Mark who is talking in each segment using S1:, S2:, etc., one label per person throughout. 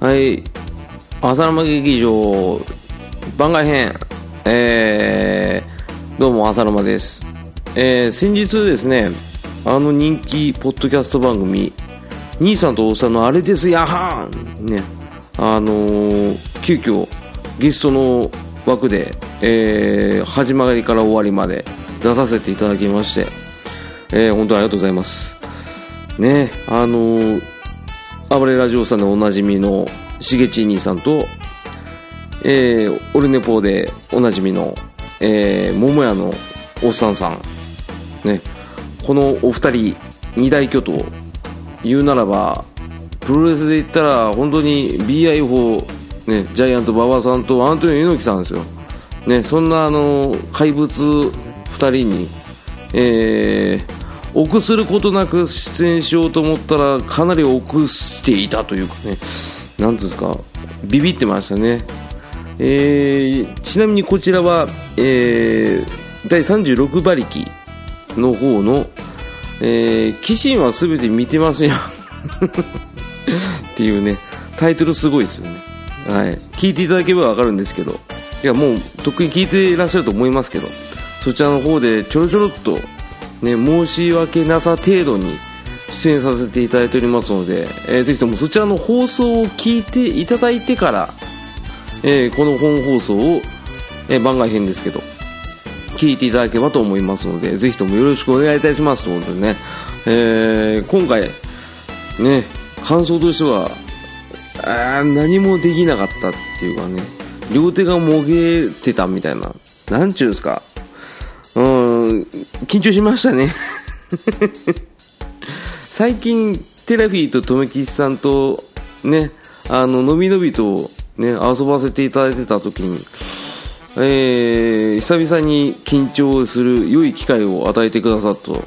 S1: はい浅沼劇場番外編えー、どうも浅沼ですえー、先日ですねあの人気ポッドキャスト番組「兄さんとおっさんのあれですやはん」ねあのー急遽ゲストの枠で、えー始まりから終わりまで出させていただきまして、えー本当にありがとうございますねあのー暴れラジオさんでおなじみのしげち兄さんと、えー、オルネポーでおなじみの、えー、桃屋のおっさんさん、ね、このお二人二大巨頭言うならばプロレスで言ったら本当に BI 法、ね、ジャイアント馬場さんとアントニオ猪木さんですよ、ね、そんなあの怪物二人に、えー、臆することなく出演しようと思ったらかなり臆していたというかねなんていうんですかビビってましたね、えーちなみにこちらは、えー第36馬力の方の「えー、騎士は全て見てます やん」っていうねタイトルすごいですよねはい聞いていただければわかるんですけどいやもうとっくに聞いていらっしゃると思いますけどそちらの方でちょろちょろっとね申し訳なさ程度に出演させていただいておりますので、えーぜひともそちらの放送を聞いていただいてから、えーこの本放送を、えー番外編ですけど聞いていただければと思いますので、ぜひともよろしくお願いいたしますということでね、えー今回、ね、感想としては、あー何もできなかったっていうかね、両手がもげてたみたいな、なんちゅうんですか、うーん、緊張しましたね。最近テラフィーととめきちさんとねあののびのびとね遊ばせていただいてた時に、えー久々に緊張する良い機会を与えてくださったと、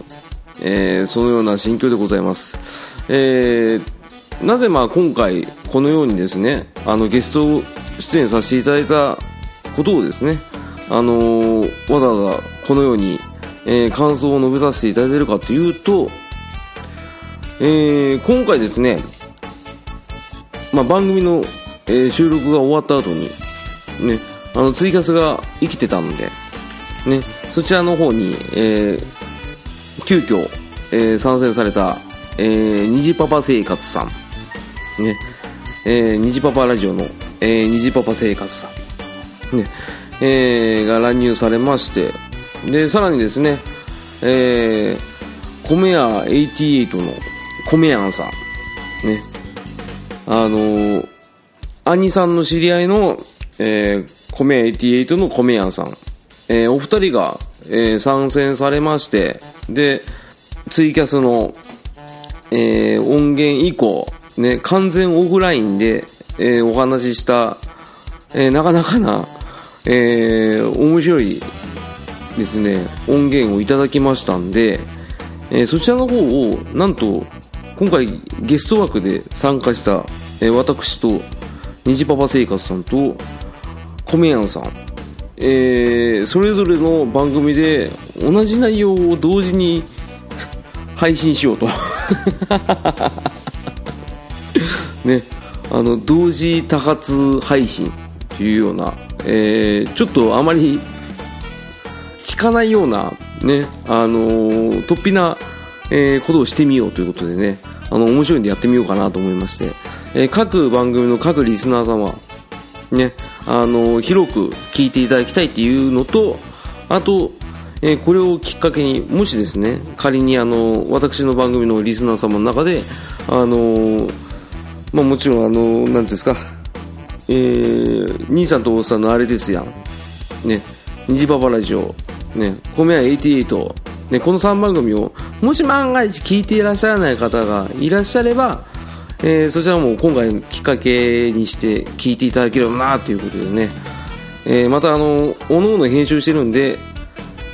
S1: えーそのような心境でございます、えーなぜまあ今回このようにですねあのゲスト出演させていただいたことをですね、あのーわざわざこのように、えー感想を述べさせていただいているかというとえー今回ですね、まあ、番組の、えー収録が終わった後に、ね、あのツイキャスが生きてたので、ね、そちらの方に、えー急遽、えー参戦された、えー、虹パパ生活さん、ねえー、虹パパラジオの、えー、虹パパ生活さん、ねえーが乱入されましてでさらにですね、えー、米屋88の米屋さん、ね、あのー兄さんの知り合いの、えー、米屋88の米屋さん、えーお二人が、えー参戦されましてでツイキャスのえー音源以降、ね、完全オフラインで、えーお話しした、えーなかなかな、えー面白いですね、音源をいただきましたんで、えーそちらの方を、なんと、今回ゲスト枠で参加した、えー私と、虹パパ生活さんと、コメヤンさん、えーそれぞれの番組で同じ内容を同時に配信しようと。ね、あの同時多発配信というような、えーちょっとあまり聞かないような、ね、あのー突飛な、えーことをしてみようということでね、あの、面白いんでやってみようかなと思いまして、えー各番組の各リスナー様、ね、あのー広く聞いていただきたいっていうのと、あと、えーこれをきっかけに、もしですね、仮にあのー私の番組のリスナー様の中で、あのーまあ、もちろん、あのーなんていうんですか、えー兄さんとおっさんのあれですやん、ね、虹パパラジオ、ね、米屋88、ね、この3番組を、もし万が一聞いていらっしゃらない方がいらっしゃれば、えーそちらも今回のきっかけにして聞いていただければなということでね、えーまた、あの、おのおの編集してるんで、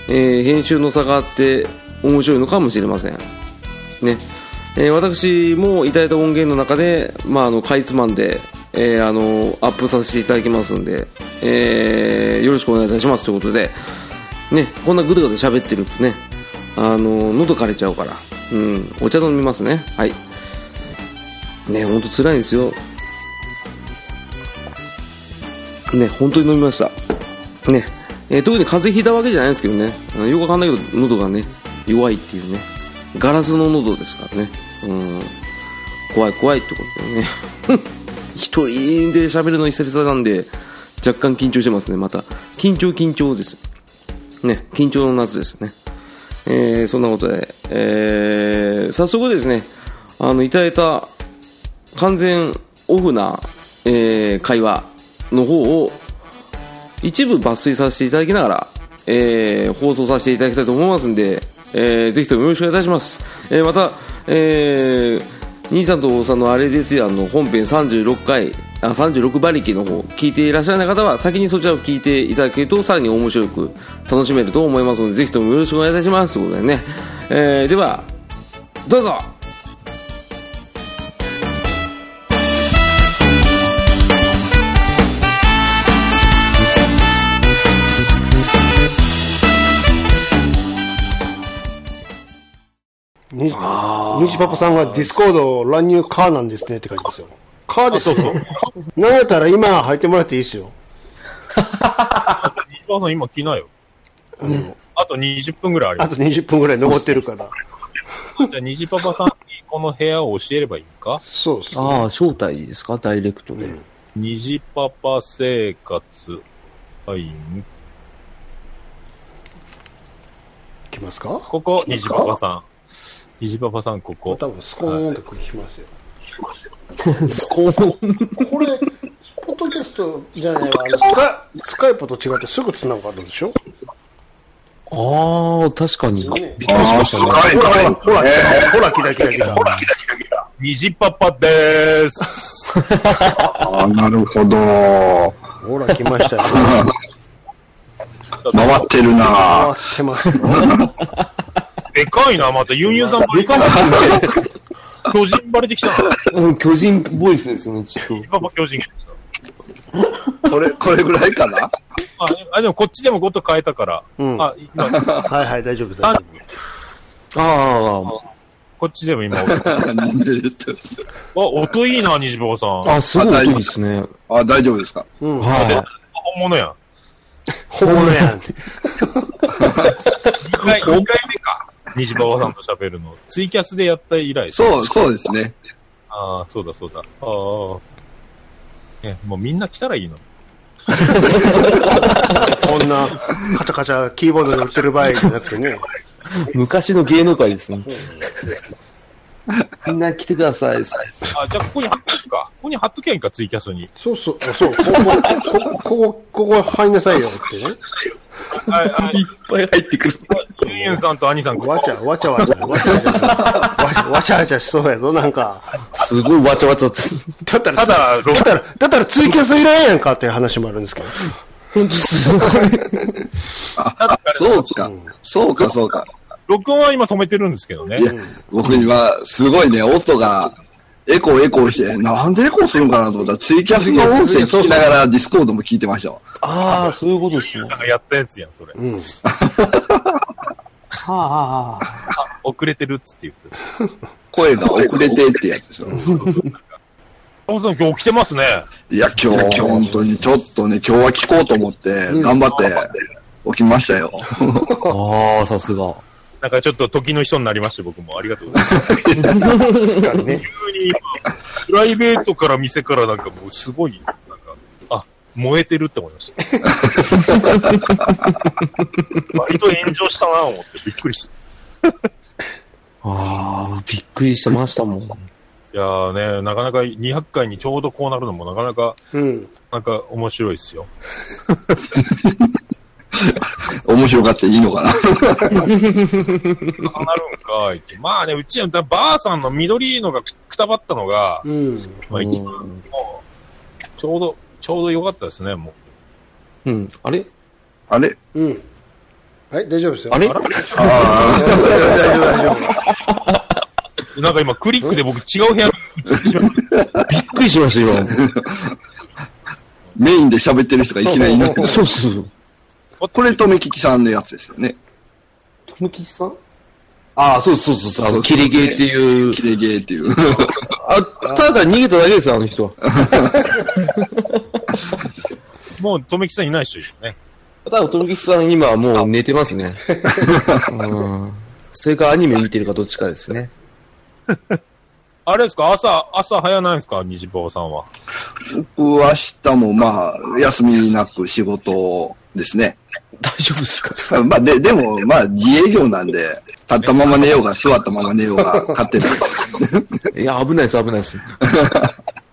S1: えー編集の差があって面白いのかもしれません。ねえー私もいただいた音源の中で、まあ、あのかいつまんで、えーあのアップさせていただきますんで、えーよろしくお願いいたしますということで、ね、こんなぐるぐる喋ってるとねあの喉枯れちゃうから、うん、お茶飲みますねはいね本当辛いんですよね、本当に飲みました。ね、えー特に風邪ひいたわけじゃないんですけどね、あのよくわかんないけど、喉がね、弱いっていうね、ガラスの喉ですからね、うん、怖い怖いってことでね、 一人で喋るの久々なんで、若干緊張してますね、また。緊張緊張です。ね、緊張の夏ですね。えーそんなことで、えー早速ですね、あの、いただいた完全オフな、えー会話の方を一部抜粋させていただきながら、えー放送させていただきたいと思いますんで、えーぜひともよろしくお願いいたします、えーまた、えー兄さんとおさんのあれですよあの本編36回あ36馬力の方聞いていらっしゃらない方は先にそちらを聞いていただけるとさらに面白く楽しめると思いますのでぜひともよろしくお願いいたしますということでね、えーではどうぞ
S2: にじパパさんはディスコード乱入カーなんですねって書いてますよ。カーですよ。 なんやったら今入ってもらっていいですよ。
S3: 西川さん今来なよ。
S2: あの、
S3: あと20分ぐらいありま
S2: あと20分ぐらい残ってるから。
S3: す。じゃあ、虹パパさんにこの部屋を教えればいいか
S2: そうですね。
S1: ああ招待ですかダイレクトで、
S3: 虹パパ生活、はい、
S2: 来ますか
S3: ここ、虹パパさん。虹パパさん、ここ。
S2: 多分スコーンとこれ来ますよ。
S1: スコーン
S2: これ、ポッドキャストじゃないわ。あのスカスカイプと違ってすぐ繋がるでしょ
S1: ああ確かに
S2: ね
S1: びっくりしましたね
S2: ほら、ほら、ほら、ほら、キラキラキラ。
S3: 虹パパでー す。
S4: ああ、なるほど。
S2: ほら、来ました よ。
S4: 回ってる
S2: 回
S4: な。
S2: ってます。
S3: でかいな、また。ユンユンさんばりかな。巨人ばれてきたな。
S1: うん、巨人ボイスですよね、ちょっ
S3: 虹パパ巨人来
S4: これ、これぐらいかな
S3: た。ああ、でもこっちでもごと変えたから。
S2: うん
S3: あ、今、
S2: はいはい、大丈夫、大丈
S1: と。あ
S3: こっちでも今、
S4: なんで言ってる
S3: あ、音いいな、虹パパさん。
S1: あ、あ、すごい音いいですね。
S4: あ大丈夫ですか
S2: 夫。うん。
S1: は
S3: 本物やん。
S2: 本物やん。
S3: 2回、二回目か。虹パパさんと喋るの。ツイキャスでやった以来。
S4: そう、そうですね。
S3: ああ、そうだそうだ。ああ。え、もうみんな来たらいいの。
S2: こんな、カチャカチャキーボードで売ってる場合じゃなくてね。
S1: い。昔の芸能界ですね。 みんな来てください。
S3: あ、じゃあここに貼っとくか。ここに貼っときゃいいんか、ツイキャスに。
S2: そうそう、あそう、ここ、ここ、ここ、ここ入んなさいよってね。
S3: はい、はい。
S1: ぱい入ってくる。
S3: ユンユンさんとアニさん、ここ
S2: わちゃ、わちゃわちゃ、わちゃわちゃ、わちゃわちゃしそうやぞ、なんか。
S1: すごいわちゃわちゃって。
S2: だったら、
S3: ただ、ロ
S2: だったら、だったらツイキャスいらんやんかっていう話もあるんですけど。
S1: ほんとすごい。
S4: あ、そうか。そうか、そうか。
S3: 録音は今止めてるんですけどね
S4: い。や、僕今、すごいね、音が、エコーエコーして、なんでエコーするんかなと思ったら、ツイキャスの音声聞きながら、ディスコードも聞いてましたわ。
S1: ああ、そういうことですね。
S3: さんがやったやつやん、それ。
S2: うん。
S1: はあ、はあ、は
S3: あ、遅れてるっつって言って
S4: 声が遅れてってやつですよ。
S3: た。さん今日起きてますね。
S4: いや、今日、本当に、ちょっとね、今日は聞こうと思って、頑張って、起きましたよ。
S1: あ。ああ、さすが。
S3: なんかちょっと時の人になりまして、僕も。ありがとうございます。
S2: 確かにね。
S3: 急に今、プライベートから店からなんかもうすごい、なんか、あ、燃えてるって思い ました。割と炎上したな、思って。びっくりした。
S1: ああ、びっくりしてましたもん。
S3: いやーね、なかなか200回にちょうどこうなるのもなかなか、
S2: うん。
S3: なんか面白いですよ。
S4: 面白かっていいのかな。
S3: なかなるんかいって。まあね、うちはだばあさんの緑のがくたばったのが、
S2: うん。
S3: まあ
S1: う
S3: 一番
S1: ん
S3: もう、ちょうど、ちょうど良かったですね、もう。
S1: うん。あれ
S4: あれ
S2: うん。はい、大丈夫ですよ。
S1: あれ
S4: あ
S2: 大
S4: あ、
S2: 丈夫、大丈
S3: なんか今クリックで僕違う部屋に移ってしまった
S1: びっくりしましたよ
S4: メインで喋ってる人がいきなりいなく
S1: 今。
S4: な る
S1: そうそう。
S4: これ、とめきちさんのやつですよね。
S1: とむきさんああ、そうそうそうそう。あの、キリゲーっていう
S4: キ。レゲーって いう。
S1: あ、ただ逃げただけですよ、あの人は。
S3: もう、とめきさんいない人でしょうね。
S1: ただ、とみきさん、今はもう寝てますね。うんそれかアニメ見てるかどっちかですね。
S3: あれですか朝、朝早ないですか西坊さんは。
S4: 僕は明日もまあ、休みなく仕事で すね。
S1: 大丈夫ですか
S4: まあ、で、でも、まあ、自営業なんで、立ったまま寝ようが、座ったまま寝ようが、勝手です。
S1: いや、危ないです、危ないです。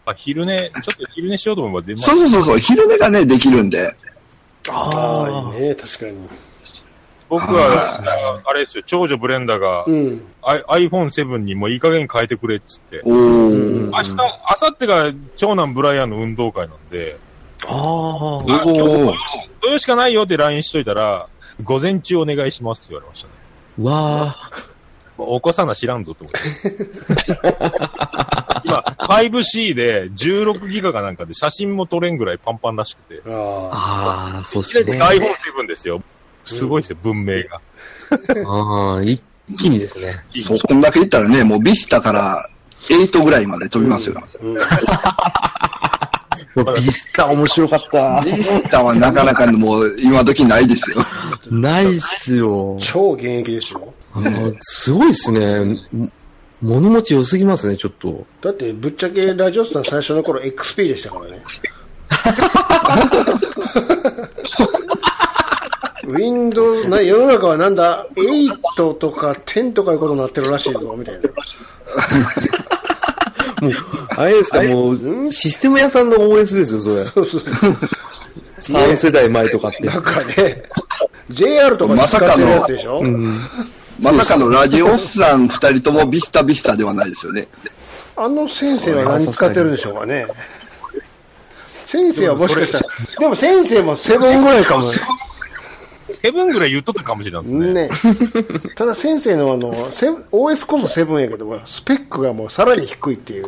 S3: あ、昼寝、ちょっと昼寝しようと思えば出ます
S4: そ。うそうそうそう、昼寝がね、できるんで。
S2: ああ、いいね、確かに。
S3: 僕は、あれですよ、長女ブレンダーが、
S2: うん。
S3: アイ iPhone7 にもういい加減変えてくれっつって。
S4: おー。
S3: 明日、明後日が長男ブライアンの運動会なんで、
S1: あ
S4: おー。
S3: 土曜しかないよって LINE しといたら、午前中お願いしますって言われましたね。
S1: あ。わ
S3: 起こさな知らんぞと思って。 今、5C で16ギガかなんかで写真も撮れんぐらいパンパンらしくて。
S2: あ
S1: あ。ああ、そうですね。
S3: iPhone7 ですよ。すごいですよ、文明が。
S1: ああ、一気にですね。
S4: そう、こんだけいったらね、もうビスタから8ぐらいまで飛びますよ。
S2: あ。うん。
S1: ビスタ面白かった。
S4: ビスタはなかなかもう今時ないですよ。
S1: ないっすよ。
S2: 超現役でしょ
S1: あのすごいっすね。も物持ち良すぎますね、ちょっと。
S2: だって、ぶっちゃけラジオスさん最初の頃 XP でしたから ね。Windows、な世の中はなんだ ?8 とか10とかいうことになってるらしいぞ、みたいな。
S1: あれですか、もう、システム屋さんの OS ですよ、それ。3世代前とかって。
S2: なんかね、JR とかで使ってるやつでしょ、
S4: まさかのラジオさん二人ともビスタビスタではないですよね。
S2: あの先生は何使ってるんでしょうかね。先生はもしかしたら、でも先生もセブンぐらいかも
S3: セブンぐらい言っとったかもしれないですね。
S2: ね。 ただ先生のあの、セブン OS こそセブンやけど、スペックがもうさらに低いっていう。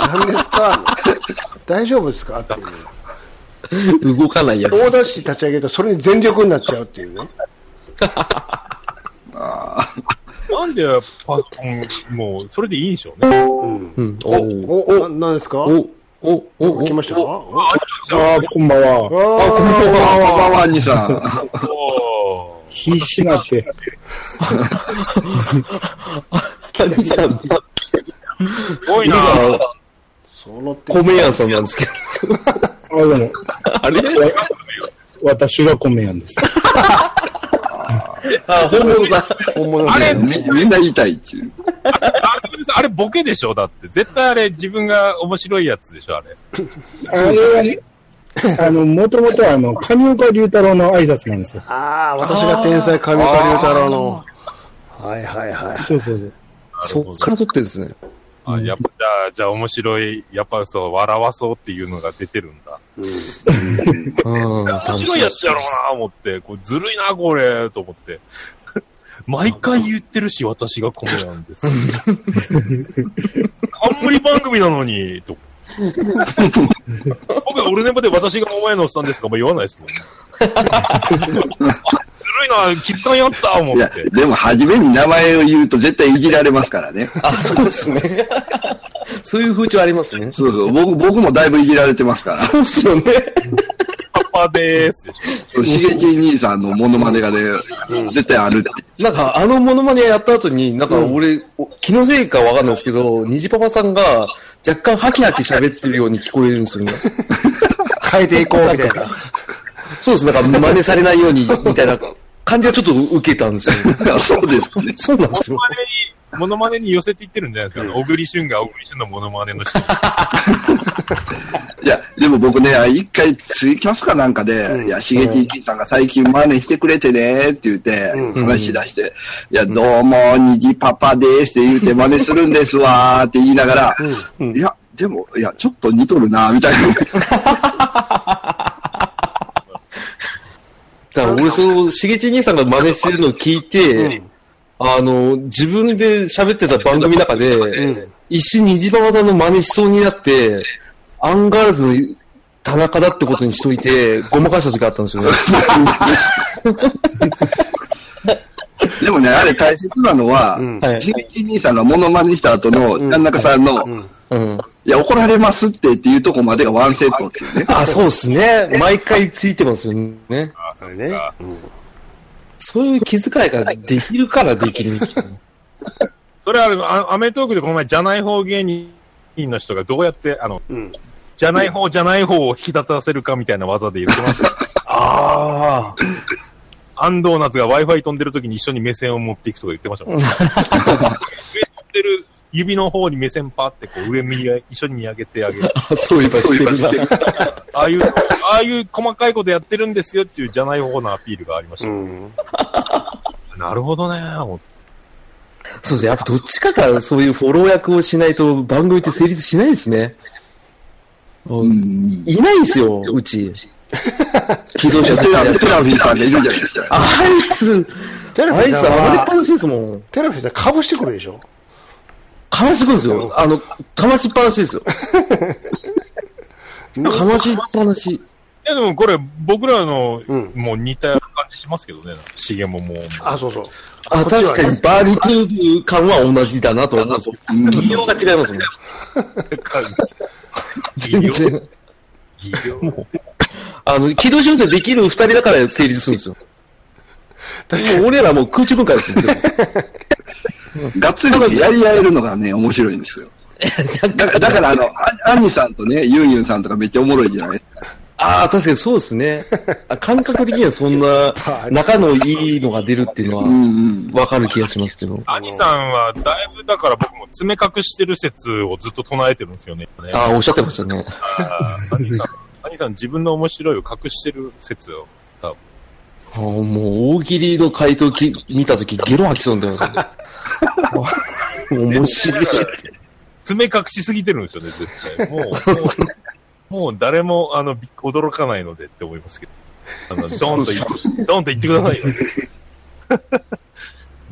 S2: 何ですか大丈夫ですかっていう。
S1: 動かないやつ。
S2: 大ダッシュ立ち上げるとそれに全力になっちゃうっていうね。
S3: なんでパソコン、もう、それでいいんでしょうね。
S1: うんおう
S2: お、お、な何ですか
S1: おおおお
S2: 来ましたかお
S5: ああ、こんばんは。
S2: あ
S4: パワー兄さん。
S3: おー
S5: 必死になって。
S1: 谷さん、
S3: すごいな
S2: 揃ってる。
S1: 米屋さんなんですけど。
S5: あ あ、でも、
S1: あれ
S5: 私が米屋です。
S1: あ、本物だ。
S2: 本物
S3: あれ、
S4: みみんな言いたいっていう。
S3: ああれボケでしょだって。絶対あれ、自分が面白いやつでしょあれ。
S5: あれはね、 あの、もともとは、あの、上岡龍太郎の挨拶なんですよ。
S2: ああ、私が天才神岡龍太郎の。はいはいはい。
S5: そうそうそう。
S1: そっから撮ってるんですね。
S3: あ、やっぱ、じゃあ、じゃあ面白い、やっぱそう、笑わそうっていうのが出てるんだ。
S1: うん、
S3: 面白いやつやろうな思って、こうずるいな、これ、と思って。 毎回言ってるし、私がこ のなんです。冠番組なのに、と。 僕は俺の場で私がお前のおっさんですとかも言わないですも んね。ずるいな、気づかんやった、思
S4: い
S3: っ
S4: や
S3: て。、
S4: でも初めに名前を言うと絶対いじられますからね。
S1: あ、 そうですね。 そういう風潮ありますね。
S4: そうそう、僕僕もだいぶいじられてますから。
S1: そうっすよね。
S3: パパでーす。
S4: そうしげち兄さんのモノマネがね、絶対あるって。
S1: なんか、あのモノマネやった後に、なんか俺、お気のせいかわかんないですけど、虹パパさんが若干ハキハキ喋ってるように聞こえるんですよね。
S2: 変えていこうみたいな。
S1: そうです。なんか真似されないように、みたいな感じがちょっと受けたんですよ。
S4: そうですかね。
S1: そうなんですよ
S3: モノ。マネに、モノマネに寄せていってるんじゃないです か。あの小栗旬が小栗旬のモノマネの人。
S4: いや、でも僕ね、あ一回ツイキャスかなんかで、いや、しげちいきさんが最近真似してくれてねって言って、話し出して、いや、どうも、にじパパですって言って真似するんですわーって言いながら、いや、でも、いや、ちょっと似とるなみたいな。
S1: だから俺、その、しげち兄さんが真似してるのを聞いて、あの、自分で喋ってた番組の中で、一瞬虹パパさんの真似しそうになって、アンガールズの田中だってことにしといて、ごまかした時があったんですよね。
S4: でもね、あれ大切なのは、
S2: ん
S1: はい
S4: しげち兄さんがモノマネした後の、ちゃん中さんの、
S1: うん。
S4: いや、怒られますってっていうとこまでがワンセットっていうね。
S6: あ、そうですね。毎回ついてますよね。
S2: それね。
S6: そういう気遣いができるからできるみたいな。
S3: それはあのあ、アメトークでこの前、じゃない方芸人の人がどうやって、あの、
S2: うん。
S3: じゃない方、じゃない方を引き立たせるかみたいな技で言ってました。
S6: ああ。
S3: 安藤夏が Wi-Fi 飛んでる時に一緒に目線を持っていくとか言ってま したもん。上飛んでる指の方に目線パーってこう上見上げ一緒に見上げてあげる。
S6: そういえばしてるな。
S3: ああいう、ああいう細かいことやってるんですよっていうじゃない方のアピールがありました。
S2: うん。
S3: なるほどね思って
S6: そうですね。やっぱどっちかがそういうフォロー役をしないと番組って成立しないですね。
S4: うん。
S6: いないですよ、うち。
S4: 機動車テラテラフィーさんがいるじゃないですか。
S6: あいつ、
S2: テラ
S6: あ
S2: フィ
S6: い
S2: ー
S6: つ
S2: さん
S6: 暴れっ
S2: は
S6: ぱ、なしですもん。
S2: テラフィーさんかぶしてくるでしょ
S6: かましてくるんですよ。あの、かましっぱなし ですよ。かましっぱなし。
S3: いやでもこれ僕らの
S2: うん
S3: もう似た感じしますけどね。シゲも もう。
S2: あ、そうそう。
S6: あ、
S2: こっち
S6: 確
S2: は
S6: かにバーリトゥード感は同じだなと思うんですよ。
S4: うん
S6: 企業が違いますもん。全然。
S3: 技量もう
S6: あの、軌道修正できる二人だから成立するんですよ。
S2: 確
S6: もう俺らもう空中分解ですよ。全部
S4: がっつりやり合えるのがね、面白いんですよ。だから、だからあの、あアニさんとね、ユンユンさんとかめっちゃおもろいじゃない
S6: ああ、確かにそうですね。あ感覚的にはそんな仲のいいのが出るっていうの
S4: う
S6: は
S4: んうん。
S6: わかる気がしますけど。
S3: 兄さんはだいぶだから僕も爪隠してる説をずっと唱えてるんですよね。
S6: ああ、おっしゃってましたね。
S3: あー兄さん、兄さん自分の面白いを隠してる説を。
S6: ああもう大喜利の回答き見たときゲロ吐きそうになんだよ。 面白い。
S3: 爪隠しすぎてるんですよね、絶対。もう、もう、もう誰も、あの、び驚かないのでって思いますけど。あの、ドーンと言、ドーンと言ってくださいよ。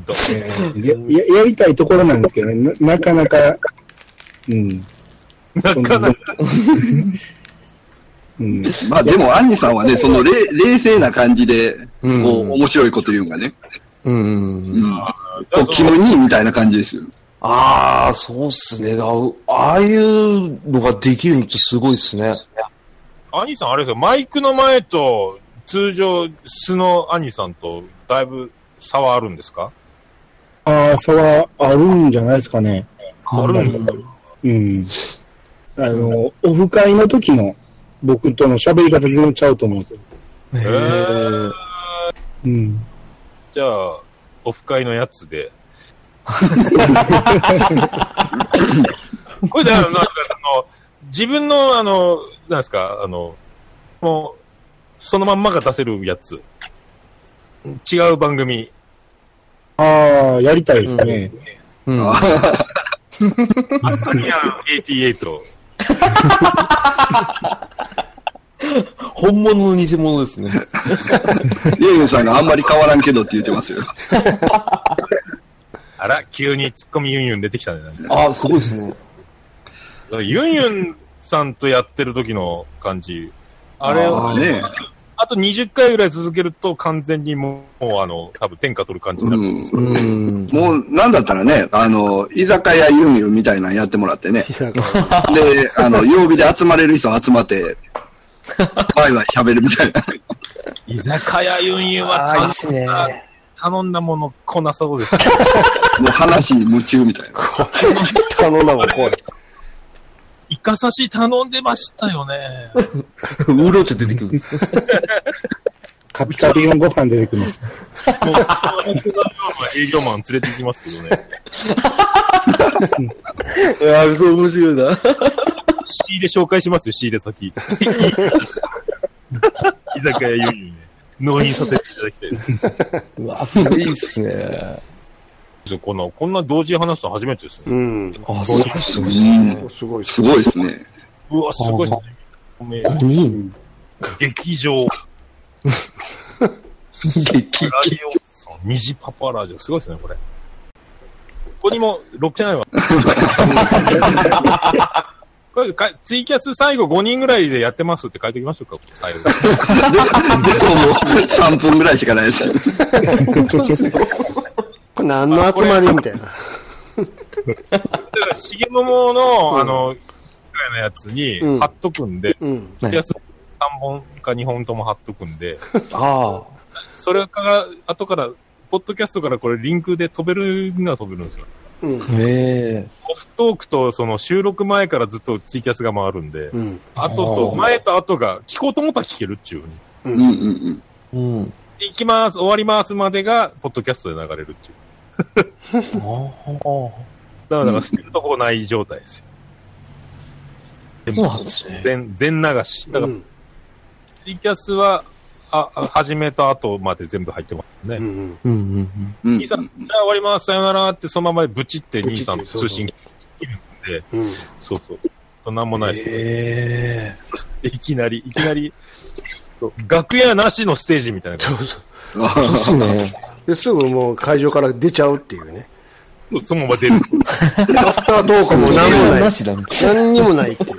S3: ドーン
S5: やややりたいところなんですけどね、ななかなか、うん。
S3: なかなか、
S5: うん、
S4: まあでも、アンニさんはね、そのれ冷静な感じで、こう、
S6: うん
S4: 面白いこと言うんがね、
S6: うん。
S4: うん。こう、気のいいみたいな感じですよ。
S6: ああ、そうっすね。だああいうのができるのってすごいっすね。
S3: 兄さんあれですよ、マイクの前と、通常、素の兄さんと、だいぶ差はあるんですか
S5: ああ、差はあるんじゃないですかね。
S3: あるんだ。
S5: うん。あの、オフ会の時の僕との喋り方全然ちゃうと思うんですよ。
S6: へ
S3: えー、
S5: うん。
S3: じゃあ、オフ会のやつ で。これだから、なんか、あの、自分の、あの、なんですか、あの、もう、そのまんまが出せるやつ。違う番組。
S5: ああ、やりたいですね。
S6: うん。
S3: アリアン88を。
S6: 本物の偽物ですね。
S4: ユンユンさんがあんまり変わらんけどって言ってますよ。
S3: あら、急にツッコミユンユン出てきたね。なんか
S6: ああ、すごいっすね。
S3: ユンユンさんとやってる時の感じ。あれを、
S6: あー
S4: ね
S3: あと20回ぐらい続けると完全にもう、もうあの、多分天下取る感じにな
S4: う
S3: る。
S4: ん。
S6: うん。
S4: もう、なんだったらね、あの、居酒屋ユンユンみたいなのやってもらってね。で、あの、曜日で集まれる人集まって、ワイワイ喋るみたいな。
S3: 居酒屋ユンユンは楽しい
S6: ね。
S3: 頼んだものこなそう です。
S4: もう話に夢中みたいな。
S2: 頼んだもん、怖い。
S3: イカ刺し頼んでましたよね。
S6: うろちょ出てくる。
S5: カピカピのご飯出てくるんです。
S3: もう、営業マン連れて行きますけどね。
S6: ああ、そう面白いな。
S3: 仕入れ紹介しますよ、仕入れ先。 居酒屋ユンユンね。納品させていただきたい です
S6: うわ、すごいっすね。
S3: ちょ。こんな、こんな同時に話すの初めてですよ。
S2: うん。
S6: ああ、そうっす
S4: う
S6: ね。
S4: ん。
S2: すごいっ
S4: す
S2: す。
S4: ごいですね。
S3: うわ、すごいですね。ごめん
S6: 5人
S3: 劇場、
S6: 激
S3: ラジオさん、虹パパラジオ。すごいですね、これ。ここにも、ロックじゃ ないわ。これかツイキャス最後5人ぐらいでやってますって書いておきましょうか、最後。
S4: で、でももう3分ぐらいしかないですよ。
S2: これ何の集まりみたいな。
S3: だから、しげももの、あの、のやつに
S2: うん
S3: 貼っとくんで、
S2: うん。
S1: はい
S3: 安3本か2本とも貼っとくんで、
S1: あ
S3: それから、後から、ポッドキャストからこれリンクで飛べるには飛べるんですよ。
S2: うん。
S1: あ。へえ。
S3: オフトークとその収録前からずっとツイキャスが回るんで、
S2: うん。
S3: あとと、前と後が聞こうと思ったら聞けるっちゅうふう
S2: うん。
S3: に。
S4: うんうんうん。
S1: うん。
S3: 行きます、終わりますまでが、ポッドキャストで流れるっていう。だから、だから捨てるとこない状態ですよ。
S1: そうなんですね。
S3: 全、全流し。だ
S2: う
S3: から、
S2: ん。
S3: ツイキャスは、あ、あ始めた後まで全部入ってますね。
S2: うん。
S1: うんうんうん。
S4: うん
S3: 兄さん、じゃあ終わります、さよならって、そのままブチって兄さんの通信切るんで、
S2: うん。
S3: そうそう。そんなんもないですね。
S1: へえ。
S3: いきなり、いきなり、そう、楽屋なしのステージみたいな感
S1: そうですね。
S2: ですぐもう会場から出ちゃうっていうね。
S3: じ。そのまま出る。
S2: アフタートークも何もない
S1: な。しだね。
S2: 何にもないっていう。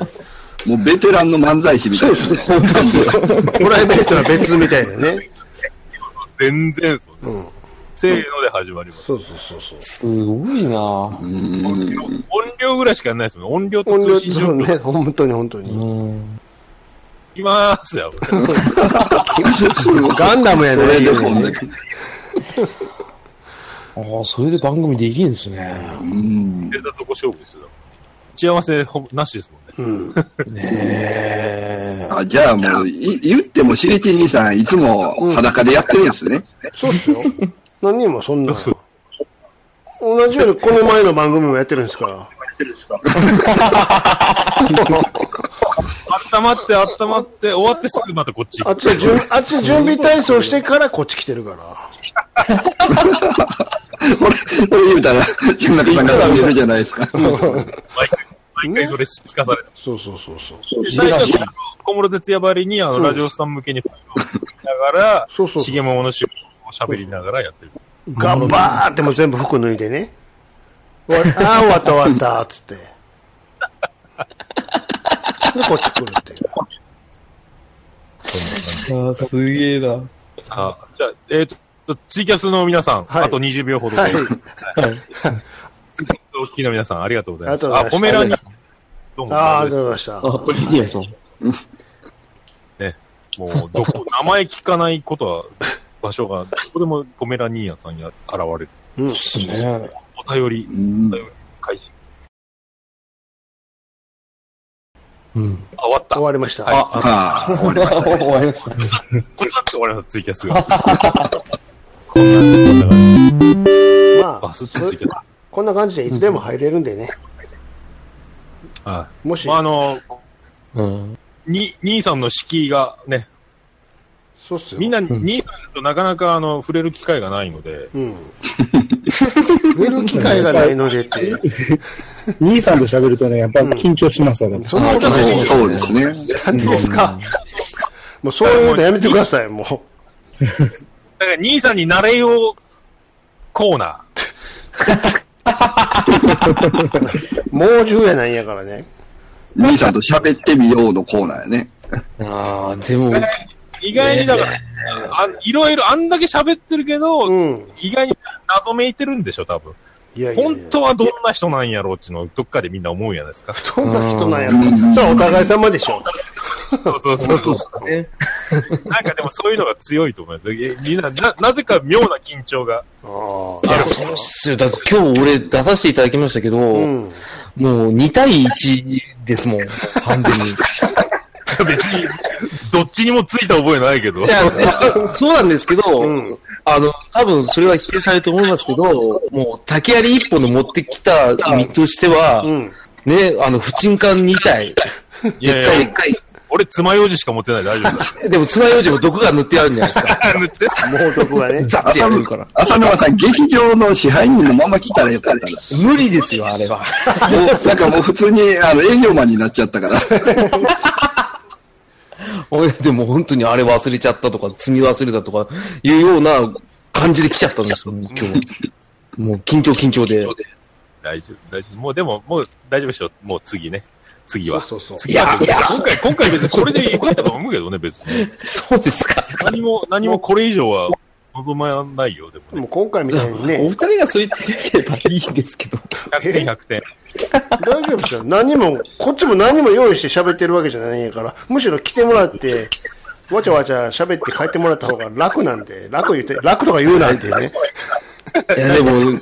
S4: もうベテランの漫才師みたいな。
S2: プライベートは別みたいなね。
S3: 全然そう、ね。
S2: うん。
S3: せーので始まります。
S2: そうそうそうそう。
S1: すごいな
S4: うんうんうんうん
S3: 音量ぐらいしかやんないですもんね。音量と
S2: 音量
S3: 通信
S2: そ
S3: 状
S2: う
S3: 況。
S2: ね、本当に本当
S1: う
S2: に。
S1: ん。
S3: いきまーすよ。
S2: ガンダムや
S4: そ
S2: ね。
S4: れでもね
S2: ね。
S1: ああ、それで番組できるんですね。
S4: うん
S3: 出たとこ勝負ですよ。打ち合わせほぼなしですもんね。
S2: うん。
S1: ねえ。
S4: あじゃあもう、い言ってもしげち兄さん、いつも裸でやってるんですね。
S2: そうっすよ。何にもそんな
S3: そう。
S2: 同じようにこの前の番組もやってるんですから。
S3: 温まって、温まって、終わってすぐまたこっち
S2: あ。っちは準あっち準備体操してからこっち来てるから。
S4: 俺、俺言うたら、純中さんが飛んでるじゃないですか。
S3: 毎回、毎回それしつかされて。
S2: そうそうそうそう。
S3: 最初は小室哲也ばりに、あの、ラジオさん向けに、ながら、
S2: そうそうそう
S3: しげももの収録を喋りながらやってる。
S2: ガンバーってもう全部服脱いでね。終わりああ、終わった終わった、っつって。で、こっち来るっていう。
S1: ああ、すげえな。
S3: あじゃあ、えっ、と、ツイキャスの皆さん、
S2: はい
S3: あと20秒ほどで、
S2: はい。
S3: お聞きの皆さん、ありがとうございます。
S2: ありがとうございます
S3: ポメラに、どうも、
S2: ああ、あ
S3: あ
S2: り
S3: れ
S2: がとうございま
S3: で
S2: した。
S1: あ、これいいや、そう。
S3: す。もう、どこ、名前聞かないことは、場所が、どこでもポメラニーヤさんに現れる。
S2: うん。
S1: すね。
S3: お便り
S4: う、ん
S3: 開始。
S1: うん。
S3: あ、終わった
S2: 終。わりました。
S3: はい
S4: ああ、俺
S1: 終わりました。
S3: これだって終わりました、ツイキャスが。こんなんだから
S2: まあ
S3: バスってツイキャス。
S2: こんな感じでいつでも入れるんでね。
S3: は
S2: も
S3: い。
S2: し
S3: まあ、、あの、
S1: うん。
S3: に、兄さんの敷居がね、
S2: そうっすよ。
S3: みんな、
S1: ん
S3: 兄さんとなかなか、あの、触れる機会がないので、
S2: うん。触れる機会がないのでって。
S5: 兄さんと喋るとね、やっぱ緊張しますわ、ね
S2: そんなことないで
S4: そ
S2: すよ
S4: うそうですね。
S2: なんでですか。もうそういうのやめてください、も
S3: だから兄さんになれようコーナー。
S2: う。猛獣やなんやからね。
S4: 兄さんと喋ってみようのコーナーやね。
S1: ああ、でも、
S3: 意外にだから、あいろいろあんだけ喋ってるけど、
S2: うん。
S3: 意外に謎めいてるんでしょ、多分。
S2: いやいやいや。
S3: 本当はどんな人なんやろうっていうのをどっかでみんな思うじゃないですか。
S2: どんな人なんやろ。それはお互い様でしょ。
S3: そうそうそうそう。
S1: ね
S3: なんかでもそういうのが強いと思います。えみんな、な、なぜか妙な緊張が。
S2: あ
S1: あそうっすよ。だって今日俺出させていただきましたけど、
S2: あ。うん。
S1: もう2対1ですもん、完 全に。
S3: 別に、どっちにもついた覚えないけど
S1: い。や、そうなんですけど、
S2: うん。
S1: あの、多分それは否定されると思いますけど、もう竹槍一本で持ってきた身としては、
S2: うん。
S1: ね、あの、不沈艦2体、
S3: いや
S1: で
S3: い
S1: っ
S3: や、
S1: かい、
S3: 俺、爪楊枝しか持ってない。大丈 夫です。
S1: でも爪楊枝も毒が塗ってあるんじゃないですか。
S2: 猛毒がね。
S1: ザッてやるから。
S4: 浅沼さん、劇場の支配人のまま来たらよかったな
S1: 無理ですよ、あれは。
S4: もう、なんかもう普通に、あの、営業マンになっちゃったから。
S1: 俺、でも本当にあれ忘れちゃったとか、積み忘れたとか、いうような感じで来ちゃったんですよ、今日。もう緊張緊張で。
S3: 大丈夫、大丈夫。もうでも、もう大丈夫でしょ。もう次ね。次は。
S2: そうそうそう。
S3: 次は。今回、今回別にこれでよかったと思うけどね、別に。
S1: そうですか。
S3: 何も、何もこれ以上は望まないよ、でも
S2: で
S3: ね。
S2: も今回みたいに
S1: お二
S2: ね、
S1: 人がそう言っていただければいいんですけど。
S3: 100点、100点。
S2: 大丈夫ですよ。何も、こっちも何も用意して喋ってるわけじゃないんやから、むしろ来てもらって、わちゃわちゃ喋って帰ってもらった方が楽なんで、楽言って、楽とか言うなんてね。
S6: いや、でも、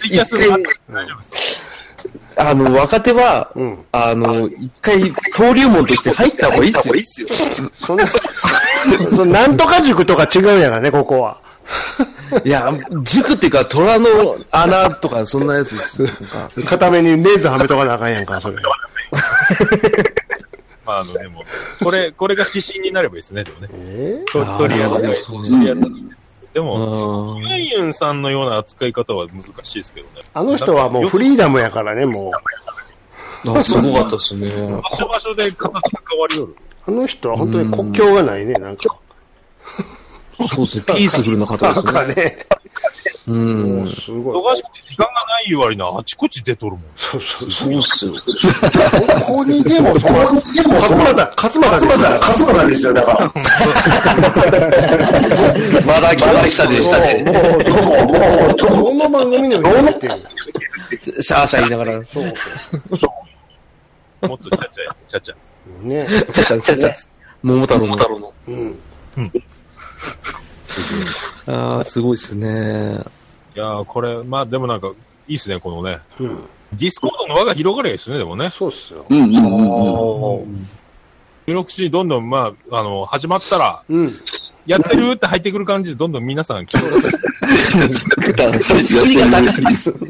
S3: ツイキャス
S6: 一回
S3: 大丈夫です。
S6: あの、若手は、
S2: ん
S6: あの、一回、登竜門として入った方がいいっすよ。
S2: そんな、そんななんとか塾とか違うんやからね、ここは。
S6: いや、塾っていうか、虎の穴とか、そんなやつです。
S2: 片目にレーズはめとかなあかんやんか、それ。
S3: まあ、あの、でも、これ、これが指針になればいいですね、でもね。
S2: え
S3: ととりあえず、
S6: そう
S3: とりあえずで
S6: う
S3: も、
S6: ん
S3: ユンユンさんのような扱い方は難しいですけどね。
S2: あの人はもうフリーダムやからね、もう。
S6: あすごかったっすね。
S3: 場所場所で形が変わりよる。
S2: あの人は本当に国境がないね、なんか。
S6: そうっすね。ピースフルな方
S2: な
S6: で
S2: ん
S6: すね。
S2: かね、
S6: うん。
S2: すごい。
S3: 忙しくて時間がないゆわりな、あちこち出とるもん。
S2: そうそう。
S6: そうっすよ。
S2: ここにでも、そこ、勝俣、勝俣ですよ
S7: 勝俣、勝俣ですよ、だから。
S6: まだ来ましたでしたね。
S2: もう、ど
S7: も
S2: う
S7: う、もう、
S2: も、この番組でも言ってる。
S6: シャーシャー言いながら。
S2: そう
S3: もっとちゃちゃや、ちゃちゃ。
S2: ね。
S6: ちゃちゃ、ちゃちゃ。桃太郎の。
S2: うん。
S6: ああ、すごいっすね。
S3: いやー、これ、まあでもなんか、いいっすね、このね。
S2: うん。
S3: ディスコードの輪が広がりゃいいっすね、でもね。
S2: そうっすよ。
S4: うんうんうんうん。
S3: 収録し、どんどん、まあ、あの、始まったら、
S2: うん。
S3: やってるって入ってくる感じで、どんどん皆さん来てください
S6: それ、仕切りが高いっす。
S3: もう、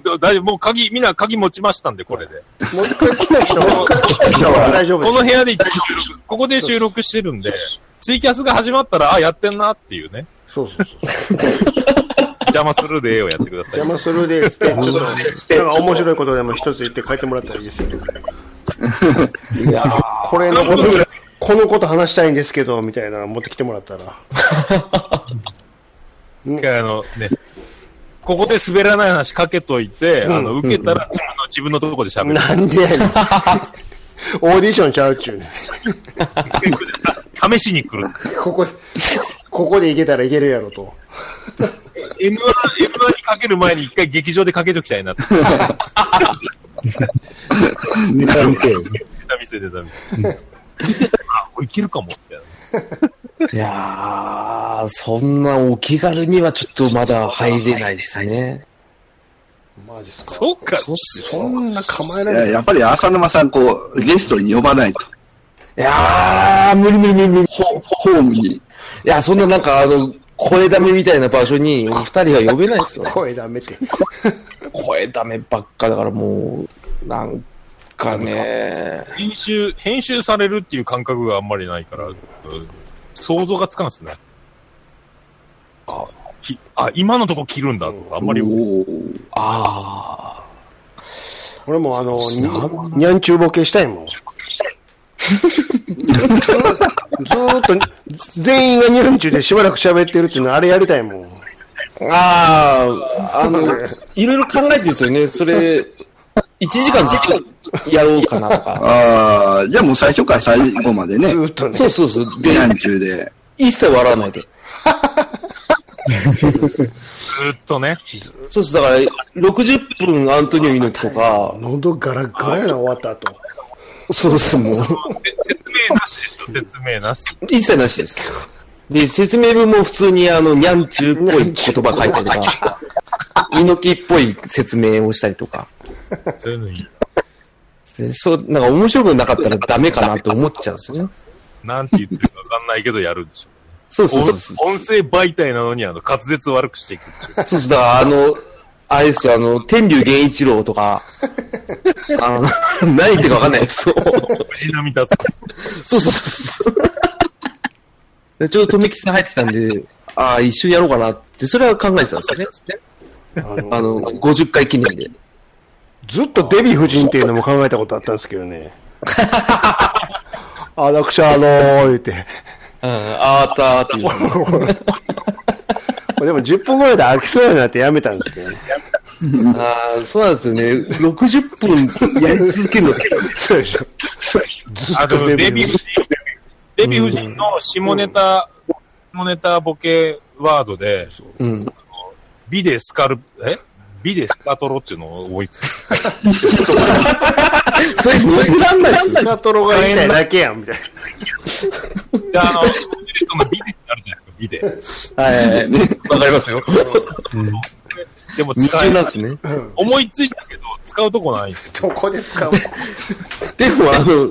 S3: だ大丈夫、もう鍵、みんな鍵持ちましたんで、これで。
S2: もう一回来ない人は、大丈夫
S3: こ
S2: です
S3: の。部屋で一回収録、ここで収録してるんで、ツイキャスが始まったら、あ、やってんなっていうね。
S2: そうそうそう。
S3: 邪魔するでええをやってください。
S2: 邪魔するで、 ちょっと、なんか面白いことでも一つ言って書いてもらったらいいですよ。これのこと、このこと話したいんですけど、みたいなの持ってきてもらったら。
S3: 一回あの、ね、ここで滑らない話かけといて、あの、受けたら、あの自分のとこで喋る。
S2: なんでやね ん。オーディションちゃうっちゅうねん。
S3: 試しに来る。
S2: ここ、ここでいけたらいけるやろと。
S3: M1、M1 にかける前に一回劇場でかけときたいなって。
S5: ネタ見せよ。
S3: 出た店出た店。あ、これいけるかもって。
S6: いやー、そんなお気軽にはちょっとまだ入れないですね。
S2: マジっすか。
S3: そうか。
S6: そうっすよ。
S2: そんな構えら
S4: い
S2: れ
S4: や
S2: ない。
S4: やっぱり浅沼さん、こう、ゲストに呼ばないと。
S6: いやー、無理無理無理無理。ほ
S4: ホームに。
S6: いや、そんななんかあの、声ダメみたいな場所に、お二人は呼べないですよ。
S2: 声ダメって。
S6: 声ダメばっかだからもう、なんかね、
S3: 編集、編集されるっていう感覚があんまりないから、うん想像がつかんですね。あ、きあ今のとこ切るんだとか、あんまり、
S4: おー
S6: あ
S2: 俺もあの、に
S6: な
S2: にゃんちゅうボケしたい もん。ずーっと、全員がにゃんちゅうでしばらく喋ってるっていうのあれやりたいもん。
S6: ーあー、あの、いろいろ考えてるんですよね。そ れ、1時間ずっとやろうかなとか。
S4: ああ、じゃあもう最初から最後までね
S2: ず、ーっとね。
S6: そうそうそう。
S4: 避
S6: で、
S4: 難中で。
S6: 一切笑わないで。
S3: ずっとね。
S6: そうそう、だから、60分アントニオ猪木とか、
S2: 喉ガラガラやな、終わった後。
S6: そうそう、もう、
S3: せ 説明なしでしょ、説明なし。
S6: 一切なしです。で、説明文も普通にあの、にゃんちゅうっぽい言葉書いたりとか、猪木っぽい説明をしたりとか。
S3: そういうのいい。
S6: でそう、なんか面白くなかったらダメかなって思っちゃうんですよね。
S3: なんて言ってるかわかんないけどやるんでしょ。
S6: そうそう
S3: 音
S6: そうそう。
S3: 音声媒体なのに、あの、滑舌悪くしていくっていう。
S6: そうそう、だからあの、あれですよ、あの、天竜源一郎とか、あの、何言ってるかわかんないです。そう
S3: 藤波達也
S6: そうそうそうそう。でちょうど留吉さん入ってきたんで、ああ、一緒にやろうかなって、それは考えてたんですよね。
S2: あの
S6: あの、50回記念で。
S2: ずっとデヴィ夫人っていうのも考えたことあったんですけど ね。あ、楽勝あのー、言って。
S6: うん、あーたーっていう。
S2: でも10分ぐらいで飽きそうやなってやめたんですけどね。
S6: ああ、そうなんですよね。60分やり続けるのって。
S2: そうでしょ。ず
S3: あ
S2: っと
S3: の、
S2: デ
S3: デ
S2: ヴ
S3: ヴィ
S2: ィ
S3: 夫人、デヴィ夫人の下ネタ、下ネタボケワードで、
S6: うん。
S3: 美でスカル、え美でスカトロっていうのを思いつく。
S6: それ、譲らんないです
S2: スカトロが言いたいだけやん、みたい
S3: で、あの、シルエットの美でってあるじゃないですか、美で。
S6: はい。わかりますよ。
S3: でも
S6: 二
S3: 使
S6: 重
S3: え
S6: な
S3: なんい
S6: ですね。
S3: 思いついたけど、使うとこないんですよ。
S2: な。どこで使う
S6: でも、あの、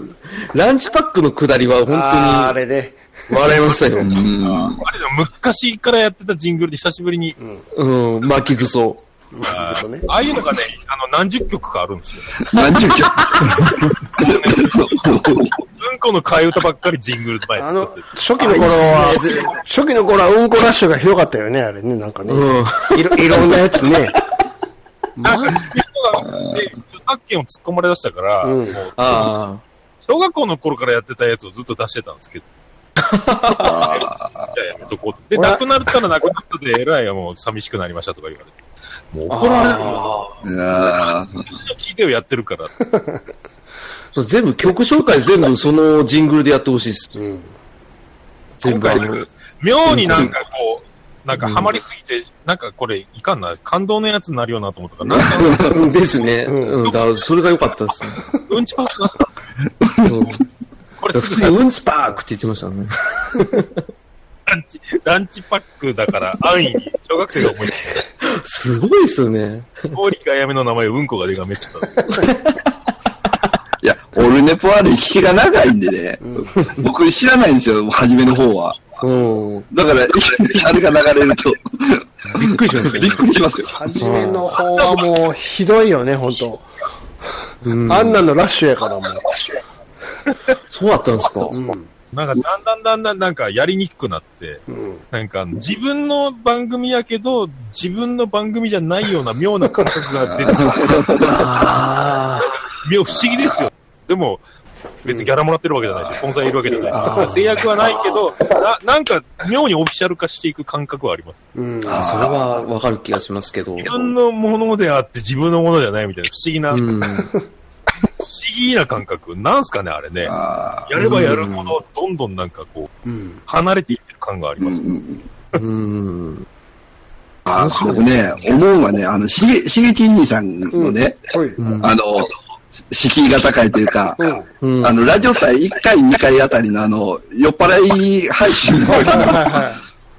S6: ランチパックのくだりは
S2: あーあ
S6: 本
S2: れね。
S6: 当に笑いましたよ。
S3: あれでも昔からやってたジングルで久しぶりに、
S6: うん、巻きぐそ。
S3: あ
S2: そうね
S3: ーああいうのがね、あの、何十曲かあるんですよ。
S4: 何十曲
S3: うんこの替え歌ばっかりジングル前
S2: あ
S3: 作
S2: の
S3: ってる、。
S2: 初期の頃は、初期の頃はうんこラッシュが広かったよね、あれね、なんかね。
S6: うん。
S2: いろいろんなやつね。
S3: なんか、人がで著作権を突っ込まれ出したから、
S2: うん
S3: もう
S6: あ
S3: 小学校の頃からやってたやつをずっと出してたんですけど、
S4: あ
S3: じゃあやめとこうって。で、
S2: 俺
S3: なくなったらなくなったで、えらいもう寂しくなりましたとか言われて。もう怒られるよ。
S4: ーあ
S3: 私の聞いてをやってるから。
S6: あ。そう全部、曲紹介全部そのジングルでやってほしい です。
S2: うん。
S6: 全
S3: 今
S6: 部。
S3: 回なんか妙になんかこう、なんかハマりすぎて、なんかこれいかんな、感動のやつになるよなと思ったから、なんか
S6: うんですね。
S2: ん
S6: うん。だから、それが良かったですね。
S3: うんちパックなった。
S6: うん
S3: これ
S6: 普
S3: すぐ
S6: 通にうんちパークって言ってましたね。
S3: ランチ、ランチパックだから 安易に、小学生が思いつい
S6: すごいですよね。
S3: た。氷かやめの名前、うんこがでがめっちゃった。
S4: ーいや、オルネポは歴史が長いんでね、僕知らないんですよ、初めの方は。
S6: うん。
S4: だから、 あれが流れると、
S6: びっくりしまし
S4: び
S6: た
S4: っ
S6: ね。
S4: くりしますよ。
S2: 初めの方はもう、ひどいよね、ほんと。あんなのラッシュやからも
S6: そうだったんですか。
S2: う。うん。
S3: なんか、だんだんだんだんなんかやりにくくなって、
S2: うん。
S3: なんかあの自分の番組やけど、自分の番組じゃないような妙な感覚が出てくる。
S6: あ
S3: 妙不思議ですよ。でも、別にギャラもらってるわけじゃないし、存在いるわけじゃないし、制約はないけど、ななんか妙にオフィシャル化していく感覚はあります。
S2: うん。
S6: あ。それはわかる気がしますけど。
S3: 自分のものであって自分のものじゃないみたいな不思議な、不
S6: うん。
S3: 思議な感覚。なんすかね、あれね。や
S4: あ
S3: ればやるほど、どんどんなんかこう、
S2: うん。
S3: 離れていってる感があり
S4: ーう
S3: ま
S4: ん
S3: す。
S4: うん
S6: うん。
S4: あー、僕ね、思うのはね、あの、しげ、しげちん兄さんのね、
S2: ほい。うん。
S4: あの、敷居が高いというか、
S6: うん
S4: あの、ラジオ祭1回、2回あたりのあの、酔っ払い配信の時の、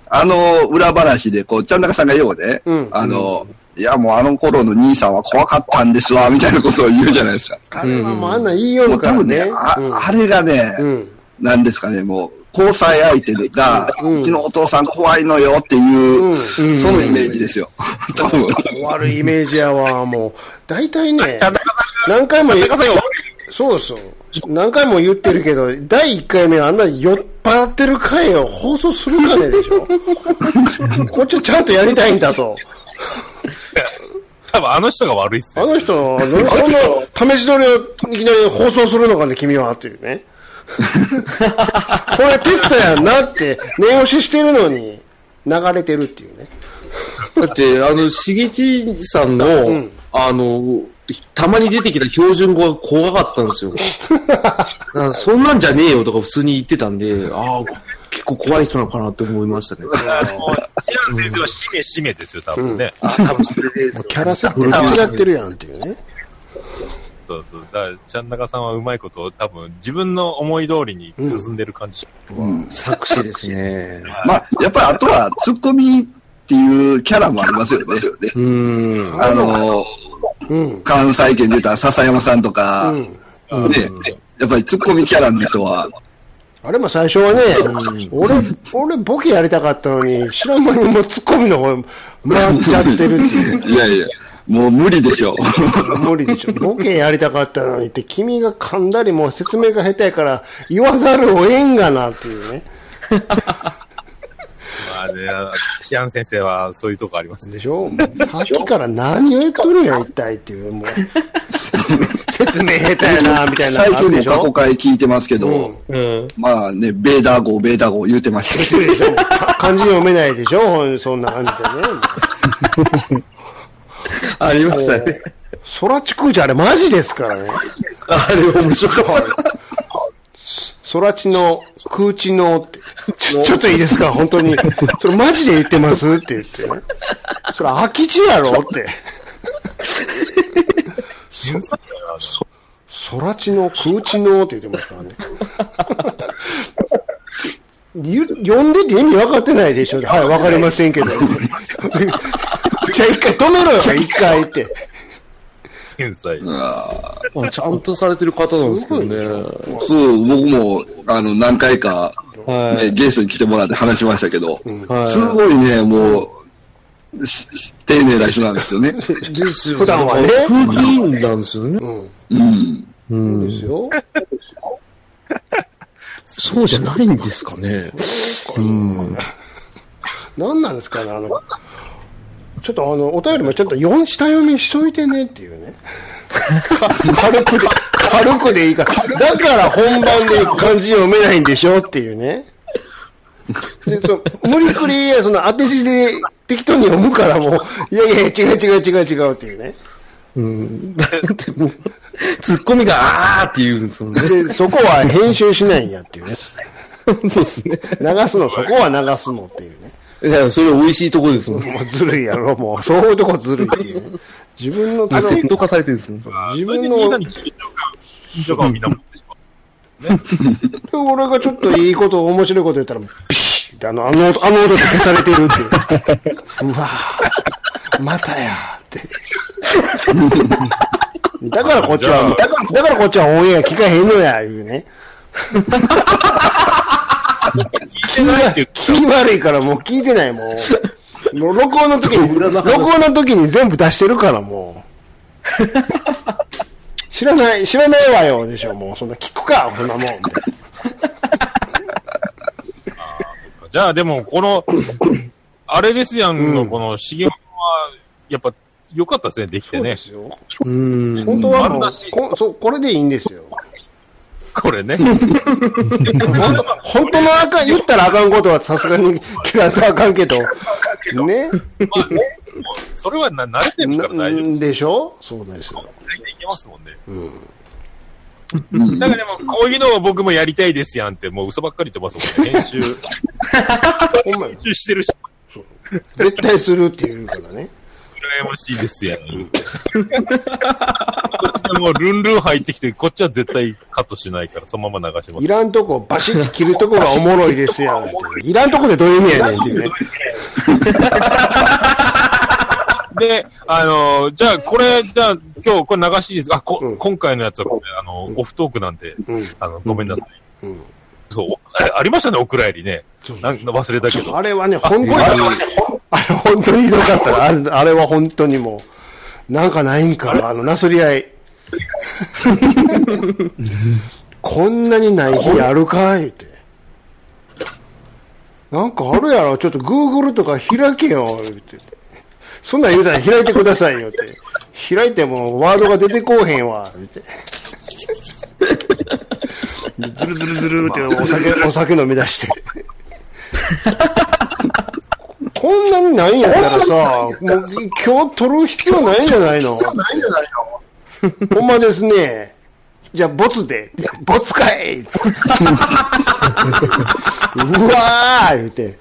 S4: あの、裏話で、こう、ちゃん中さんがようね、
S2: うん
S4: あの、いや、もうあの頃の兄さんは怖かったんですわ、みたいなことを言うじゃないですか。
S2: あれはもうあんなん言いよる
S4: もう
S2: か
S4: 多
S2: ら
S4: 分ね、
S2: ね。
S4: あ
S2: うん
S4: あれがね、
S2: うん。
S4: なんですかね、もう、交際相手が、うちのお父さん怖いのよっていう、そのイメージですよ。多分。
S2: 悪いイメージやわ、もう。大体ね、何回も言う、そうそう。何回も言ってるけど、第1回目はあんな酔っ払ってる回を放送するかねでしょこっちはちゃんとやりたいんだと。
S3: 多分あの人が悪いっす
S2: あ
S3: よ。
S2: の人、その試し撮りをいきなり放送するのかね、君は、というね。これテストやんなって、念押ししてるのに、流れてるっていうね。
S6: だって、あの、しげちさんの、
S2: うん
S6: あの、たまに出てきた標準語が怖かったんですよ。なんかそんなんじゃねえよとか普通に言ってたんで、ああ、結構怖い人なのかなって思いましたね。
S3: あの、シアン先生はしめしめですよ、多分ね。
S2: キャラ設定間違ってるやんっていうね。
S3: そうそう。だから、ちゃんなかさんはうまいことを、多分自分の思い通りに進んでる感じ。
S6: 作詞ですね。
S4: まあ、やっぱりあとは、ツッコミっていうキャラもありますよね。
S6: うーん。
S4: あの、
S2: うん。
S4: 関西圏で言ったら笹山さんとか、
S2: うん。
S4: ね、やっぱりツッコミキャラの人は、
S2: あれも最初はね、俺、俺ボケやりたかったのに、知らん間にもうツッコミの方に回っちゃってるっていう。
S4: いやいや、もう無理でしょ。
S2: 無理でしょ。ボケやりたかったのにって、君が噛んだりもう説明が下手やから、言わざるを得んがなっていうね。
S3: まあね、 シアン先生はそういうとこありますね。
S2: でしょさっきから何を言っとるんや、一体っていう、 もう。説明下手やな、みたいな
S4: 最
S2: のある
S4: 近
S2: で
S4: も
S2: し
S4: 過去
S2: ょ
S4: 回聞いてますけど、
S6: うん。
S4: まあね、ベーダー号、ベーダー号言うてましたけど。
S2: か漢字読めないでしょ ほんそんな感じでね。
S6: ありましたね。
S2: 空ラチクーチあれマジですからね。
S6: あれ面白かった。
S2: 空地の、空地のって、ちょ、ちょっといいですか本 当に。それマジで言ってますって言ってね。それ空き地やろって。
S3: 天才やな。
S2: 空知の空知のって言ってますからね。ゆ呼んでて意味分かってないでしょ。はい、分かりませんけど。 じゃあ一回止めろよ、一回って。
S3: 天才。
S6: あ ちゃんとされてる方なんですけどね。
S4: そう、僕も、あの、何回か、ね、ゲストに来てもらって話しましたけど、すごいね、もう、し丁寧な人なんです よね。
S6: ですよ
S2: 普段はね
S6: 空気いいんなんですよね。
S2: うん。
S4: うん。
S6: うん。
S2: ですよ。
S6: そうじゃないんですかね。うん。
S2: 何なんですかね、あの、ちょっとあの、お便りもちょっと4下読みしといてねっていうね。か軽くで、軽くでいいから。だから本番で漢字読めないんでしょっていうね。で、そう、無理くり、その当て字で適当に読むからもう、いやいや、違う違う違う違うっていうね。
S6: だってもう、ツッコミがあーって言うんですもんね。
S2: で、そこは編集しないんやっていうね。
S6: そうですね。
S2: 流すの、そこは流すのっていうね。
S6: いや、それ美味しいとこですもん。
S2: もうずるいやろ、もう。そういうとこずるいっていうね。自分の
S6: セ
S2: 頼み
S6: ット化されてるんですもん。
S2: 自
S3: それ
S2: 分
S3: で
S2: の
S3: 兄さんに緊張感、緊張感をみんな持ってしまう。
S2: で俺がちょっといいこと、面白いこと言ったら、ピシッってあの、あの音、あの音で消されているっていう。うわぁ、またやって。だからこっちは、だからだからこっちはオンエア聞かへんのや、いうね。
S3: 聞いてないっていう
S2: 気悪いからもう聞いてない、もう。もう録音の時に、録音の時に全部出してるから、もう。知らない、知らないわよ、でしょ、もう。そんな聞くか、こんなもん。みたいな
S3: かじゃあでも、この、あれですやんの、この、茂山は、やっぱ、良かったですね、できて
S2: そう
S3: ね。
S2: ですよ。
S6: うん。
S2: 本当はも
S3: 丸
S2: う
S3: 出し、
S2: こそうこれでいいんですよ。
S3: これね。
S2: 本当本当のあかん、言ったらあかんことはさすが に嫌いとあかんけど、ね。
S3: まあね、もう それはな慣れてるから大丈夫
S2: ん
S3: です。
S2: でしょそうですよ。
S3: 大体いけますもんね。だからでも、こういうのを僕もやりたいですやんって、もう嘘ばっかり言ってますもんね。編 集、編
S2: ほんまに
S3: 集してるし、
S2: 絶対するって言うからね。
S3: 羨ましいですやん。言うてこっちでもうルンルン入ってきて、こっちは絶対カットしないから、そのまま流します
S2: い。らんとこバシッと切るとこがおもろいですやんって。いらんとこでどういう意味やねんっていうね。
S3: で、あのーじゃあ、これ、じゃあ、今日、これ流しです。あ、こ、
S2: うん
S3: 今回のやつはこれ、あの、オフトークなんで、
S2: うん。
S3: あの、ごめんなさい。
S2: うん
S3: そう、あありましたね、お蔵入りね。なん忘れたけど。
S2: あれはね、本当に、あれ本当にひどかった。あれあれは本当にもう、なんかないんか、あの、なすり合い。こんなにない日あるかいって。なんかあるやろ、ちょっと Google とか開けよ、言うて。そんなん言うたら開いてくださいよって。開いてもワードが出てこうへんわ、言うて。ずるずるずるってお酒、お酒飲み出して。こんなにないんやったらさ、もう今日取る必要ないんじゃないのほんまですね。じゃあ、ボツで。ボツかいうわー言うて、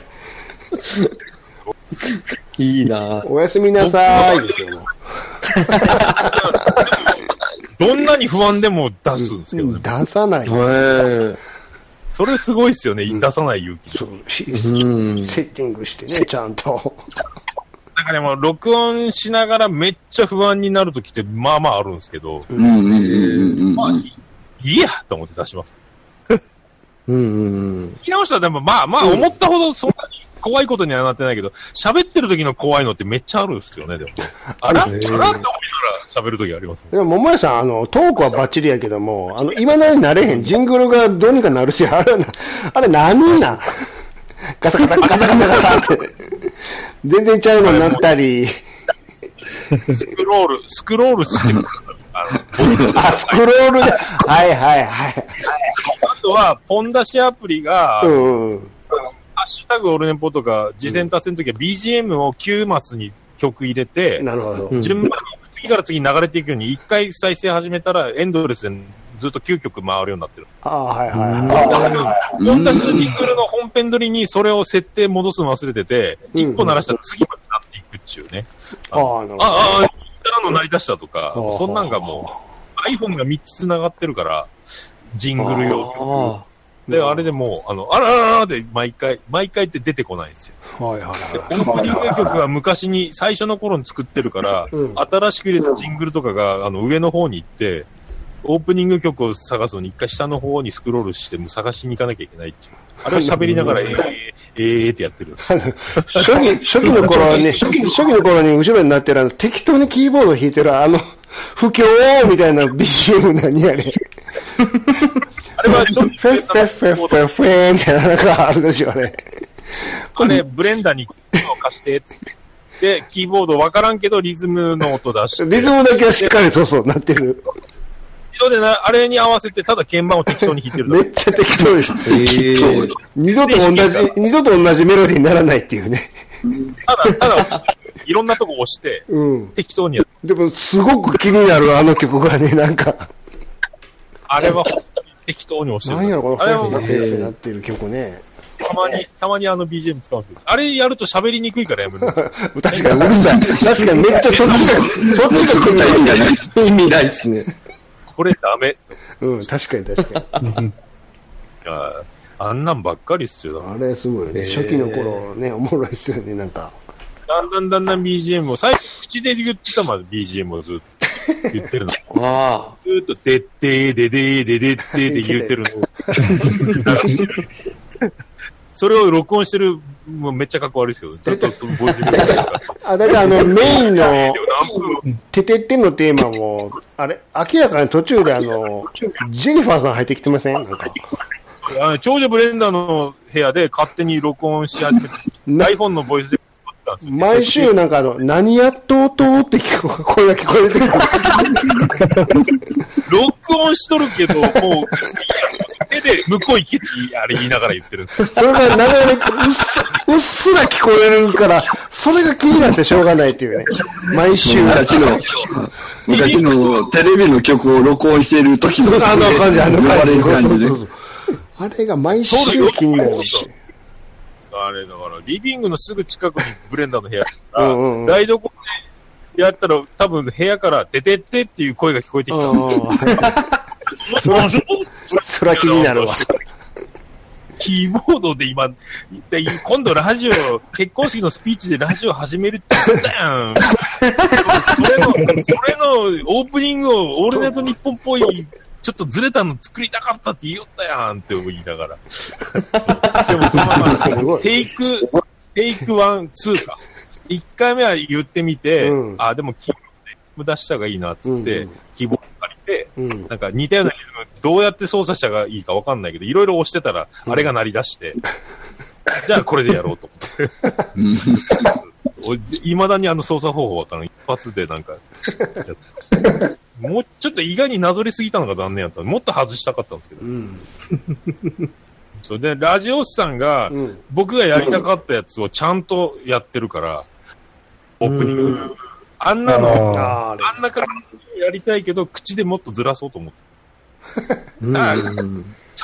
S6: いいなぁ
S2: おやすみなさいですよ。
S3: どんなに不安でも出すんですけどね。
S2: 出さない。
S6: へえ。
S3: それすごいっすよね、出さない勇気。
S2: そうし
S6: うん。
S2: セッティングしてね、ちゃんと。
S3: なんかでも、録音しながらめっちゃ不安になるときって、まあまああるんですけど、
S4: うんうんうんうん
S3: まあ
S4: うん。
S3: いい、いいやと思って出します。
S6: うんうんうん。
S3: 聞き直したら、でもまあまあ、思ったほどそんなに怖いことにはなってないけど、喋ってる時の怖いのってめっちゃあるんですよね、でも。あらあらって思いながら喋る時ありますね。
S2: でも、桃井さん、あの、トークはバッチリやけども、あの、今なになれへん。ジングルがどうにかなるし、あれな、あれ何なんガサガサ、ガサガサガサって。全然ちゃうのになったり、
S3: スクロール、スクロールしてください。あの、ボツ
S2: あ、スクロールで、はいはいはい。
S3: あとは、ポン出しアプリが、
S2: うんうん。
S3: ハッシュタグオルネポとか、事前達成の時は BGM を9マスに曲入れて、
S2: なるほど。
S3: 順番に次から次に流れていくように、一回再生始めたら、エンドレスでずっと9曲回るようになってる。
S2: ああ、はいはいは
S3: ポン出しのニクルの本編撮りに、それを設定戻すの忘れてて、
S2: うん
S3: 1個鳴らしたら次までなっていくっちゅうね。
S2: い。ああ、なるほど。
S3: ああ、からの成り出したとか
S2: あ、ー
S3: そんなんがもう、iPhone が3つ繋がってるから、ジングル用曲。で、あれでもう、あの、あららららって毎回、毎回って出てこないんですよ。
S2: はいはいはい。
S3: オープニング曲は昔に、最初の頃に作ってるから、
S2: うん
S3: 新しく入れたジングルとかが、あの、上の方に行って、オープニング曲を探すのに、一回下の方にスクロールして、もう探しに行かなきゃいけないっていう。あれを喋りながら、えー、えー、えーってやってるんですよ。
S2: 初期、初期の頃に、初期の頃に後ろになってるあの、適当にキーボード弾いてるあの、不況みたいな BGM 何やねん。フ
S3: あれはちょっ
S2: ェ
S3: と
S2: ッ、フェッフェッフェッフェみたいなのがあるでしょ、あれ。
S3: あれ、ブレンダーに手を貸して、つって。で、キーボードわからんけど、リズムの音出して。
S2: リズムだけはしっかりそうそうなってる。
S3: 後ろでな、あれに合わせて、ただ鍵盤を適当に弾いてる
S2: め
S3: だけ。
S2: っちゃ適当です。二度と同じ、二度と同じメロディーにならないっていうね。
S3: ただ、ただ押して、いろんなとこ押して、
S2: うん。
S3: 適当にやる。
S2: でも、すごく気になるあの曲がね、なんか、
S3: あれは、適当に押してる。
S2: なんやろ、このフ
S3: あれ
S2: ェ
S3: は
S2: ッフェ
S3: も
S2: ッ
S3: う
S2: フェッフェなってる曲ね。
S3: たまに、たまにあの BGM 使うんですけど、あれやると喋りにくいからやめるんですよ。
S2: 確かにうるさい。確かにめっちゃそっちが、そっちが気になる。
S6: 意味ないですね。
S3: これダメ。
S2: うん、確かに確かに。
S3: ああんなんばっかりっすよ。
S2: あれすごいよね。初期の頃ね、おもろいっすよね、なんか。
S3: だんだんだんだん BGM を、最初口で言ってたまで BGM をずっと言ってるの。ず
S6: あ
S3: ーっと、でってー、ででー、ででってーって言ってるの。 それを録音してる、もうめっちゃかっこ悪いですけど、ずっとそのボイスで言 ってるから。
S2: あ、だからあの、メインの、
S3: 何分も
S2: ててってんのテーマも、あれ、明らかに途中であの、ジェニファーさん入ってきてませんなんか。
S3: あの長女ブレンダーの部屋で勝手に録音し始めて、
S2: な
S3: iPhone のボイスで撮ってたんですよ。
S2: 毎週なんかあの、何やっとうとうって聞こ声が聞こえてくる。
S3: 録音しとるけど、もう、手で向こう行けって、あれ言いながら言ってるんですよ。
S2: それが流れ、うっす、うっすら聞こえるから、それが気になってしょうがないっていうね。毎週。
S4: 昔の、昔のテレビの曲を録音している時の、
S2: あの感じ、あの
S4: 呼ば
S2: 感
S4: れ
S2: じ。
S4: る
S2: そう
S4: 感
S2: そ
S4: じ
S2: う
S4: で
S2: そ。うそうあれが毎週気になるっていう。
S3: あれだから、リビングのすぐ近くにブレンダーの部屋あ
S2: うんうんうん
S3: 台所でやったら、多分部屋から出てってっていう声が聞こえてきたんですよ。
S2: そら、そら気になるわ。
S3: キーボードで今、で今度ラジオ、結婚式のスピーチでラジオ始めるって言ったやん。それの、それのオープニングをオールナイト日本っぽい、ちょっとずれたの作りたかったって言いよったやんって言いながら。でもその
S2: す
S3: ま
S2: ご
S3: ま、
S2: い
S3: テイク、テイクワン、ツーか。一回目は言ってみて、
S2: うん
S3: あ、でもキーボードで出した方がいいなっつ
S2: う
S3: って、
S2: んうん
S3: キーボード借りて、
S2: うん。
S3: なんか似たようなリズム、どうやって操作したがいいかわかんないけど、いろいろ押してたら、あれが鳴り出して、じゃあこれでやろうと 思って。いまだにあの操作方法わからん。一発でなんか、やってましたもうちょっと意外になぞりすぎたのが残念やった。もっと外したかったんですけど
S2: う。ん。
S3: それで、ラジオスさんが、
S2: うん。
S3: 僕がやりたかったやつをちゃんとやってるから、オープニング。あんなの、
S5: あ
S2: あーあれ
S3: あんな感じでやりたいけど、口でもっとずらそうと思って。
S6: うん
S3: あち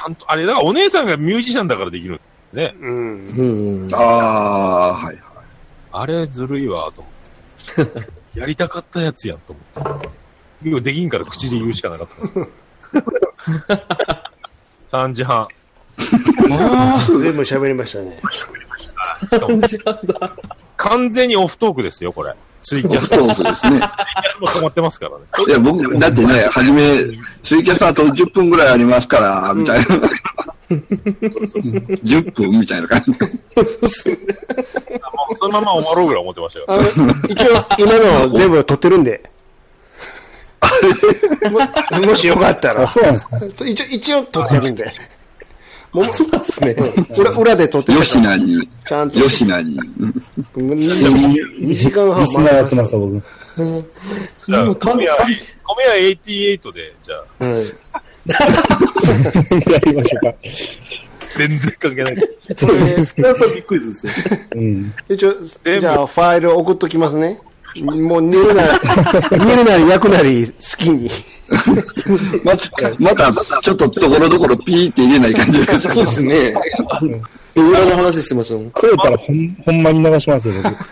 S3: ゃんと、あれ、だからお姉さんがミュージシャンだからできるんだよね。
S2: うん。
S6: うん。
S4: ああ、はい。
S3: あれ、ずるいわ、と思 って。やりたかったやつやん、と思って。ようできんから口で言うしかなか った。3時半。
S2: 全部喋りましたね。
S3: 完全にオフトークですよ、これ。ツイキャス、
S4: ス
S3: ツイ
S4: トークです
S3: キ
S4: ね。
S3: ャスも止まってますからね。
S4: いや、僕、だってね、初め、ツイキャスあと10分ぐらいありますから、みたいな。10分みたいな感じ。
S3: もうそのまま終わろうぐらい思ってましたよ。
S2: あの、一応、今の全部撮ってるんで。ももしよかったら。
S5: そうなんですか。
S2: 一応、一応撮ってるんで。
S6: そうなんですね。
S2: 裏、裏で撮ってる
S4: よ
S2: か
S4: し
S2: ら。
S4: なに、
S2: ちゃんと。
S4: よしなに。
S2: 2時間半
S5: リスナーやってます、僕。
S3: じゃあ、
S6: もう完
S3: 米
S6: 全
S3: 屋、米屋88で、じゃあ、
S5: やりまし ょうか。
S3: 全然関係ない。
S6: そうです。それはびっくりですよ。
S5: うん。
S2: 一応、じゃあ、ファイル送っときますね。もう寝るなら、寝るなり焼くなり好きに。
S4: また、 また、ちょっとところどころピーって入れない感じです。
S6: そうですね。裏の話してましたもん。
S5: くれたらほん、ほんまに流しますよ、僕。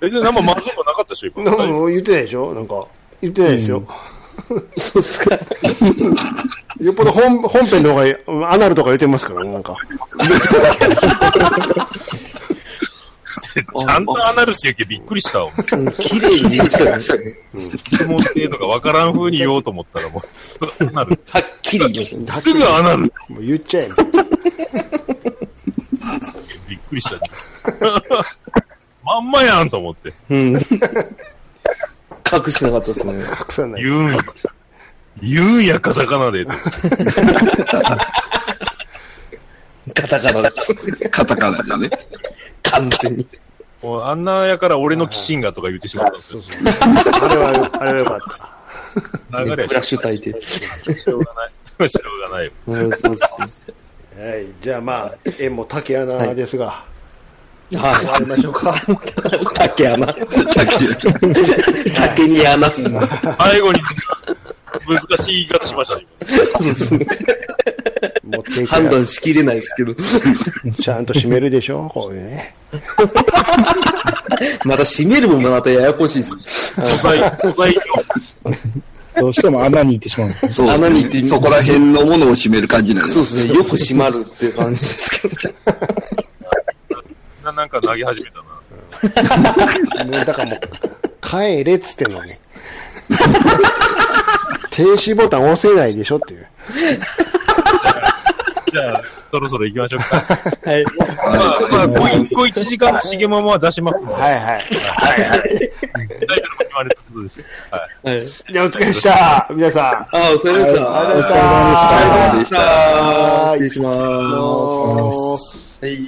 S3: 別に何もまずくなかったでしょ、今。
S2: なんかもう言ってないでしょなんか。言ってないですよ。
S1: そうっすか。
S2: よっぽど本本編の方が、アナルとか言ってますからね、なんか。
S3: ちゃんとアナルって言うけどびっくりしたわ。
S6: 綺麗に言いましたね。
S3: 質問っていうのが分からん風に言おうと思ったらもう、アナル。
S6: はっきり言いましたね。
S3: すぐアナル。
S2: もう言っちゃえ。
S3: びっくりした、ね。 まんまやんと思って。
S6: 隠してなかったですね。
S2: 隠さない。
S3: 言うんや。言うんや、カタカナで。
S6: カタカナです。
S4: カタカナだね。
S6: 完全に。
S3: もうあんなやから俺の寄進がとか言ってしまったんですよ。
S2: あれは、あれはよかった。
S3: 流
S6: ブ
S3: れ
S6: ラ
S3: は
S6: ッシュ焚いて。
S3: しょうがない。しょうがないよ。
S6: うんそうです
S2: はい、じゃあまあ、縁も竹穴ですが、
S6: ね。はい。
S2: 終わりましょうか。
S6: 竹穴。竹に穴。そ
S3: 最後に、難しい言い方しましたね。
S6: うですね
S2: 持ってい
S6: 判
S2: て、
S6: 断しきれないですけど。
S2: ちゃんと閉めるでしょ、こういうね。
S6: また閉めるもまたややこしいです。
S3: 今素材、素材量。
S5: どうしても穴に行ってしまう。
S4: そう
S6: 穴に行って
S4: そこら辺のものを締める感じなんです
S6: そうですね。よく閉まるっていう感じですけど。
S3: ななんか投げ始めたな。
S2: もうだからもう、帰れっつってんのに。 停止ボタン押せないでしょっていう。
S3: じゃあ、そろそろ行きましょうか。
S6: はい。
S3: まあ、まあ、こう一個一時間、しげままは出しますので、
S2: はいはい。
S3: 大丈夫決まれたことですよ。はい。
S6: はい、
S2: じゃあお疲れでした。皆さ
S6: ああ、お疲れ様でし
S2: ん。ありがとう
S6: た。
S2: ご
S6: お疲れ様で
S2: ざいま
S4: で
S2: し
S4: した。
S6: した。失礼します。
S2: た。
S6: はい。